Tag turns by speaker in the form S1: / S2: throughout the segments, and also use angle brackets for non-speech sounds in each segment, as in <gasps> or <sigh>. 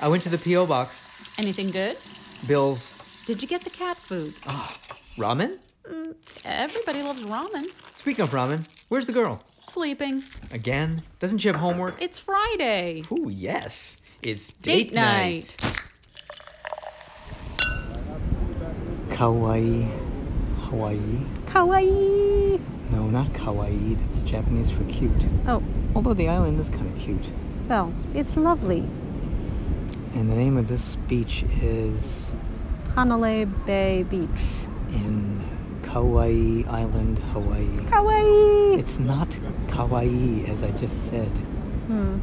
S1: I went to the P.O. box.
S2: Anything good?
S1: Bill's
S2: Did you get the cat food?
S1: ramen?
S2: Everybody loves ramen.
S1: Speaking of ramen, where's the girl?
S2: Sleeping.
S1: Again? Doesn't she have homework?
S2: It's Friday.
S1: Ooh, yes. It's
S2: Date night.
S3: Kawaii. Hawaii.
S2: Kawaii.
S3: No, not kawaii. That's Japanese for cute.
S2: Oh,
S3: Although the island is kind of cute.
S2: well, it's lovely.
S3: And the name of this beach is
S2: Hanalei Bay Beach.
S3: in Kauai Island, Hawaii.
S2: Kawaii.
S3: It's not kawaii, as I just said.
S2: Hmm.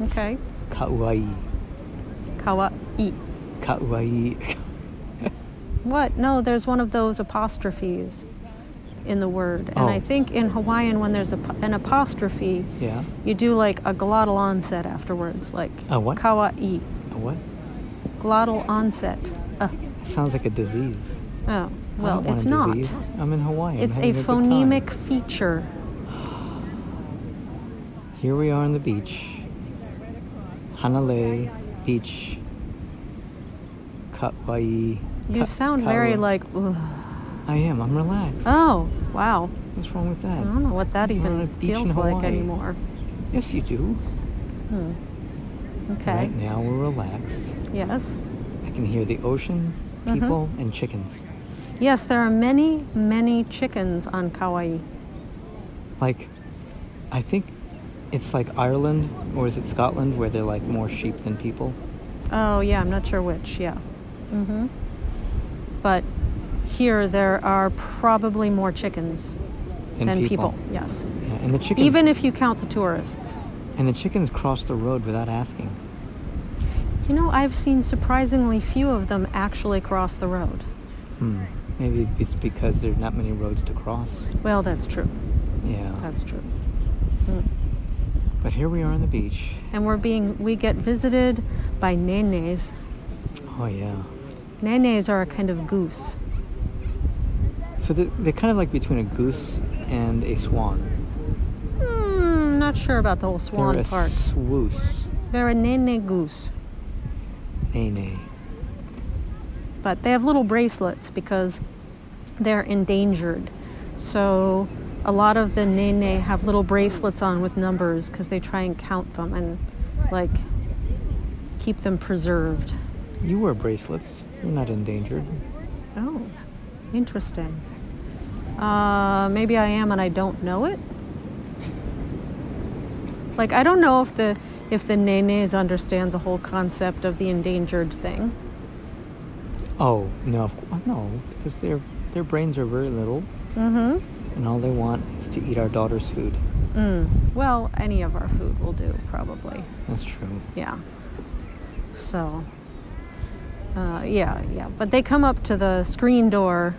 S3: It's
S2: Okay.
S3: Kauai.
S2: Kawaii.
S3: Kauai.
S2: What? No, there's one of those apostrophes in the word. And I
S3: Oh.
S2: think in Hawaiian, when there's a, an apostrophe,
S3: <laughs> yeah.
S2: you do like a glottal onset afterwards, like
S3: A what?
S2: kawaii.
S3: A What?
S2: Glottal onset. Uh,
S3: Sounds like a disease.
S2: oh,
S3: I
S2: well,
S3: don't want
S2: it's
S3: a
S2: not.
S3: disease. I'm in Hawaii. I'm
S2: It's a
S3: having good time.
S2: phonemic feature.
S3: Here we are on the beach. Hanalei Beach. Kauai. You
S2: You sound very like, ugh.
S3: I am. I'm relaxed.
S2: oh, wow.
S3: What's wrong with
S2: I
S3: that?
S2: don't know what that
S3: We're on a
S2: even
S3: beach in
S2: feels like
S3: Hawaii.
S2: anymore.
S3: Yes, you do.
S2: Hmm. Okay.
S3: Right now we're relaxed.
S2: Yes.
S3: I can hear the ocean,
S2: Mhm.
S3: people, and chickens.
S2: Yes, there are many, many chickens on Kauai.
S3: Like, I think it's like Ireland, or is it Scotland, where they're like more sheep than people?
S2: Oh, yeah, I'm not sure which, yeah. hmm But here there are probably more chickens
S3: Than
S2: than
S3: people.
S2: people. Yes.
S3: Yeah, and the chickens.
S2: Even if you count the tourists.
S3: and the chickens cross the road without asking.
S2: You know, I've seen surprisingly few of them actually cross the road.
S3: Hmm. Maybe it's because there are not many roads to cross.
S2: Well, that's true.
S3: Yeah.
S2: That's true. Hmm.
S3: But here we are on the beach.
S2: And we're being we get visited by nenes.
S3: Oh yeah.
S2: Nenes are a kind of goose.
S3: So they're, they're kind of like between a goose and a swan.
S2: Hmm, not sure about the whole swan
S3: they're a
S2: part.
S3: swoos.
S2: They're a nene goose.
S3: Nene.
S2: but they have little bracelets because they're endangered. So a lot of the nene have little bracelets on with numbers because they try and count them and like keep them preserved.
S3: You wear bracelets. You're not endangered.
S2: Oh, interesting. Uh, maybe I am and I don't know it. Like I don't know if the if the nenes understand the whole concept of the endangered thing.
S3: Oh no, of course, no, because their their brains are very little,
S2: Mm-hmm.
S3: and all they want is to eat our daughter's food.
S2: Mm. Well, any of our food will do, probably.
S3: That's true.
S2: Yeah. So, uh, yeah, yeah. But they come up to the screen door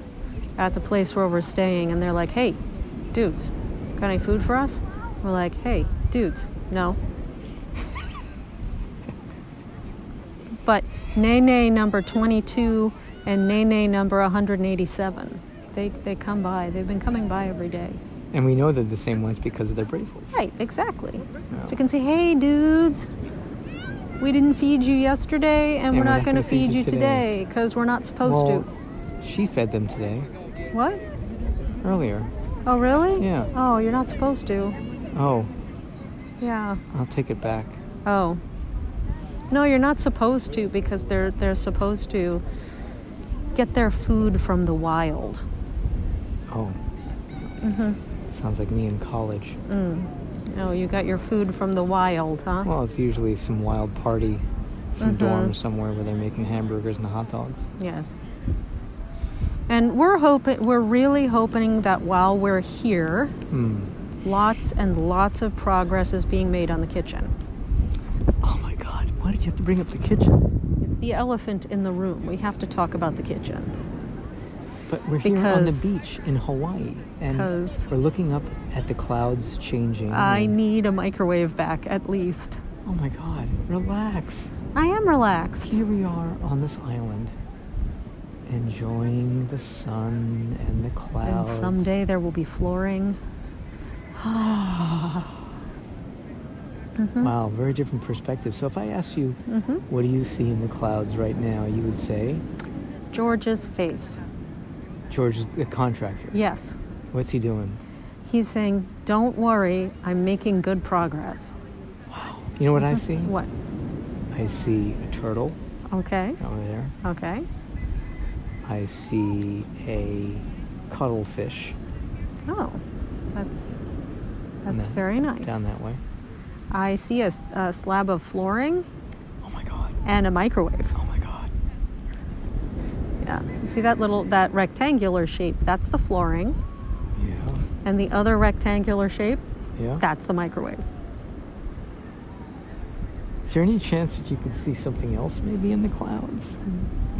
S2: at the place where we're staying and they're like, hey, dudes, got any food for us? We're like, hey, dudes, no. <laughs> but Nene number 22 and Nene number 187, they, they come by. They've been coming by every day.
S3: And we know they're the same ones because of their bracelets.
S2: Right, exactly.
S3: Yeah.
S2: So you can say, hey, dudes, we didn't feed you yesterday, and, we're not going to feed you today because we're not supposed
S3: Well, she fed them today
S2: to. What?
S3: earlier.
S2: Oh, really?
S3: Yeah.
S2: Oh, you're not supposed to.
S3: Oh,
S2: Yeah.
S3: I'll take it back.
S2: Oh. No, you're not supposed to because they're they're supposed to get their food from the wild.
S3: Oh.
S2: Mm-hmm.
S3: Sounds like me in college.
S2: Oh, you got your food from the wild, huh?
S3: Well, it's usually some wild party, some
S2: Mm-hmm.
S3: dorm somewhere where they're making hamburgers and hot dogs.
S2: Yes. And we're hoping we're really hoping that while we're here,
S3: Hmm.
S2: lots and lots of progress is being made on the kitchen.
S3: Oh my God! Why did you have to bring up the kitchen?
S2: It's the elephant in the room. We have to talk about the kitchen.
S3: But we're here on the
S2: Because-
S3: beach in Hawaii, and
S2: 'Cause-
S3: we're looking up at the clouds changing.
S2: I
S3: and-
S2: need a microwave back at least.
S3: Oh my God! Relax.
S2: I am relaxed.
S3: Here we are on this island, enjoying the sun and the
S2: And
S3: clouds.
S2: someday there will be flooring.
S3: Wow, very different perspective. So if I asked you,
S2: Mm-hmm.
S3: what do you see in the clouds right now? You would say,
S2: George's face.
S3: George is the contractor.
S2: Yes.
S3: What's he doing?
S2: He's saying, Don't worry, I'm making good progress.
S3: You know what I see?
S2: Mm-hmm. What?
S3: I see a turtle
S2: Okay.
S3: over there.
S2: Okay.
S3: I see a cuttlefish
S2: Oh, that's
S3: And
S2: that's
S3: then
S2: very nice.
S3: down that way.
S2: I see a, s- a slab of flooring
S3: Oh my god.
S2: and a microwave.
S3: Oh my god.
S2: Yeah. See that little that rectangular shape? That's the flooring,
S3: Yeah.
S2: and the other rectangular shape,
S3: Yeah.
S2: that's the microwave.
S3: Is there any chance that you could see something else maybe in the clouds?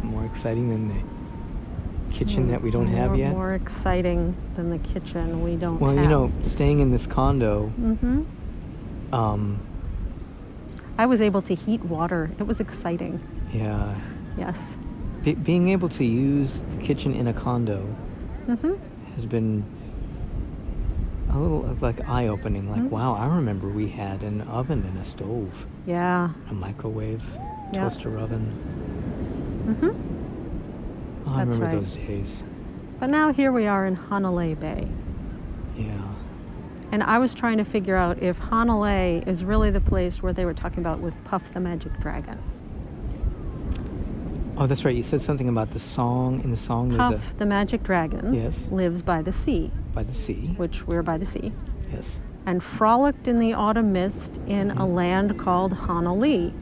S3: More exciting than the kitchen that we don't
S2: Mm. more,
S3: have yet?
S2: More exciting than the kitchen we don't
S3: well,
S2: have.
S3: you know, staying in this condo,
S2: Mm-hmm.
S3: um,
S2: I was able to heat water. It was exciting.
S3: yeah.
S2: Yes.
S3: Be- being able to use the kitchen in a condo
S2: Mm-hmm.
S3: has been a little like eye opening.
S2: Mm-hmm.
S3: Like, wow, I remember we had an oven and a stove,
S2: Yeah.
S3: a microwave,
S2: Yeah.
S3: toaster oven.
S2: Mm-hmm.
S3: Oh, I
S2: That's
S3: remember
S2: right.
S3: those days.
S2: But now here we are in Hanalei Bay.
S3: Yeah.
S2: And I was trying to figure out if Hanalei is really the place where they were talking about with Puff the Magic Dragon.
S3: Oh, that's right. You said something about the song. In the song, there's
S2: Puff the Magic Dragon
S3: Yes.
S2: lives by the sea,
S3: a by the sea.
S2: which we're by the sea,
S3: Yes.
S2: and frolicked in the autumn mist in a
S3: Hmm.
S2: land called Hanalei.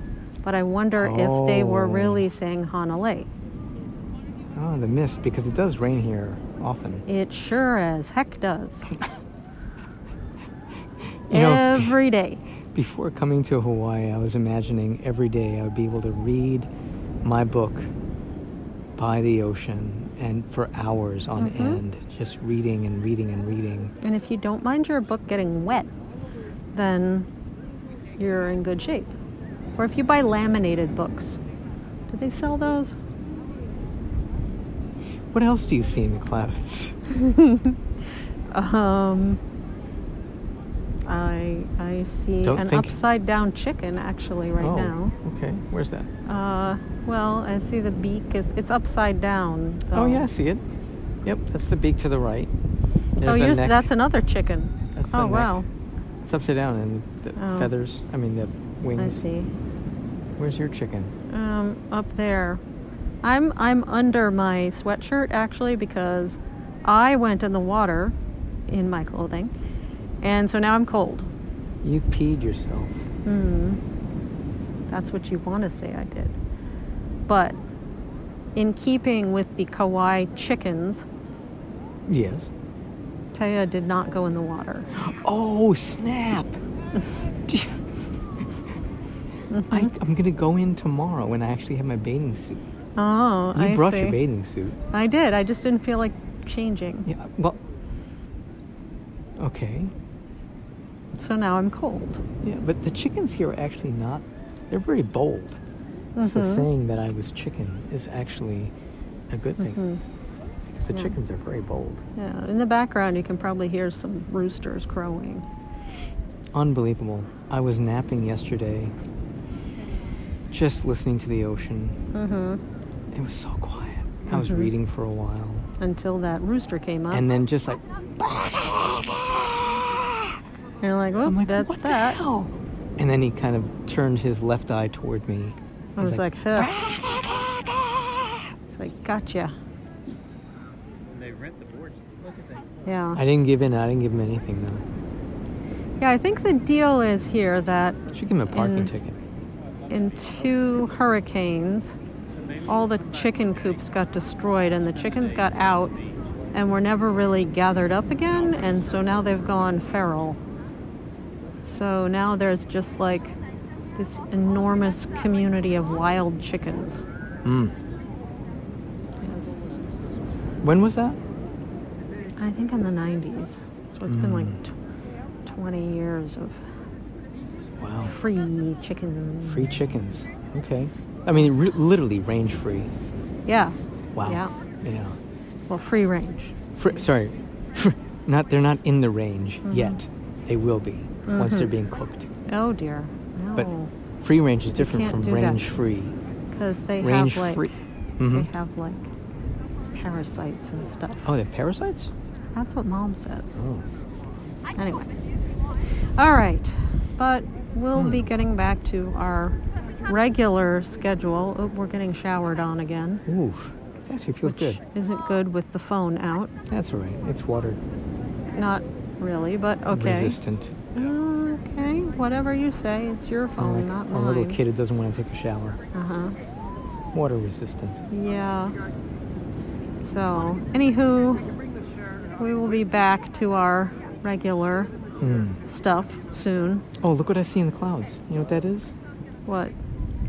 S2: But I wonder if they were
S3: Oh.
S2: really saying Hanalei.
S3: Oh, the mist because it does rain here often.
S2: It sure as heck does.
S3: <laughs> You know-
S2: Every day.
S3: <laughs> Before coming to Hawaii, I was imagining every day I would be able to read my book by the ocean and for hours on
S2: Mm-hmm.
S3: end, just reading and reading and reading.
S2: And if you don't mind your book getting wet, then you're in good shape. Or if you buy laminated books, do they sell those?
S3: What else do you see in the clouds?
S2: Um, I I see
S3: Don't
S2: an
S3: think-
S2: upside down chicken actually right
S3: oh,
S2: now.
S3: okay. Where's that?
S2: Uh, well, I see the beak is it's upside down.
S3: Oh,
S2: though.
S3: yeah, I see it. Yep, that's the beak to the right.
S2: oh,
S3: There's the
S2: yours,
S3: neck.
S2: that's another chicken.
S3: That's the
S2: oh
S3: neck.
S2: wow,
S3: It's upside down and the
S2: Oh.
S3: feathers. I mean the
S2: I
S3: wings.
S2: see.
S3: Where's your chicken?
S2: um, up there. I'm I'm under my sweatshirt actually because I went in the water in my clothing, and so now I'm cold.
S3: You peed yourself.
S2: Hmm. That's what you want to say I did, but in keeping with the kawaii chickens,
S3: Yes.
S2: Taya did not go in the
S3: <gasps>
S2: water.
S3: Oh snap! I, I'm gonna go in tomorrow when I actually have my bathing suit. You
S2: Oh, I
S3: brought
S2: see.
S3: your bathing suit.
S2: I did. I just didn't feel like changing,
S3: Yeah. Well. Okay.
S2: so now I'm cold.
S3: Yeah, but the chickens here are actually not. They're very bold. So
S2: Mhm.
S3: saying that I was chicken is actually a good thing
S2: Mhm.
S3: because the
S2: Yeah.
S3: chickens are very bold.
S2: Yeah, in the background you can probably hear some roosters crowing.
S3: Unbelievable. I was napping yesterday, just listening to the ocean.
S2: hmm
S3: It was so quiet. I was reading for a while.
S2: Until that rooster came up,
S3: And
S2: and
S3: then just like,
S2: you're like, "Well,
S3: I'm like,
S2: that's
S3: what
S2: that."
S3: the hell? And then he kind of turned his left eye toward me.
S2: I was
S3: He's
S2: like, huh. It's like, gotcha.
S4: They rent the boards. Look at that.
S2: Yeah.
S3: I didn't give in. I didn't give him anything though.
S2: yeah, I think the deal is here that
S3: Should give him a parking
S2: And-
S3: ticket.
S2: in two hurricanes, all the chicken coops got destroyed and the chickens got out and were never really gathered up again. And so now they've gone feral. So now there's just like this enormous community of wild chickens. Yes.
S3: When was that?
S2: I think in the 90s. So it's been
S3: Mm.
S2: like t- 20 years of
S3: Wow.
S2: free chicken.
S3: Free chickens. Okay. I mean, re- literally range free.
S2: Yeah.
S3: Wow.
S2: Yeah.
S3: Yeah.
S2: Well, free range.
S3: Fr- sorry.
S2: Mm-hmm.
S3: Fr- not they're not in the range yet. They will be once they're being cooked.
S2: Oh dear. No.
S3: But free range is different
S2: Oh. can't
S3: from
S2: do that.
S3: range free.
S2: Because they
S3: range
S2: have like
S3: free.
S2: they
S3: Mhm.
S2: have like parasites and stuff.
S3: Oh, they're parasites?
S2: That's what mom says.
S3: Oh.
S2: Anyway. All right. But
S3: Hmm.
S2: we'll be getting back to our regular schedule. Oh, we're getting showered on again.
S3: Oof. It actually feels
S2: Which
S3: good.
S2: isn't good with the phone out.
S3: That's all right. It's water
S2: Not really, but okay.
S3: resistant.
S2: Okay, whatever you say. It's your
S3: I'm
S2: phone,
S3: like
S2: Oh, not
S3: a
S2: mine.
S3: little kid who doesn't want to take a shower.
S2: Uh-huh.
S3: Water resistant.
S2: Yeah. So, anywho, we will be back to our regular stuff soon.
S3: Oh, look what I see in the clouds. You know what that is?
S2: What?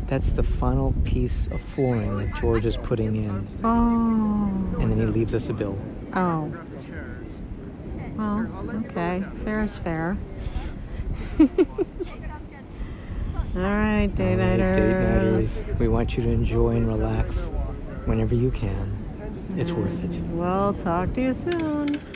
S3: That's the final piece of flooring that George is putting in,
S2: Oh.
S3: and then he leaves us a bill.
S2: Oh. Well, okay. Fair is fair. <laughs> All right, day
S3: All right,
S2: nighters.
S3: Date nighters. We want you to enjoy and relax whenever you can. It's worth it.
S2: We'll talk to you soon.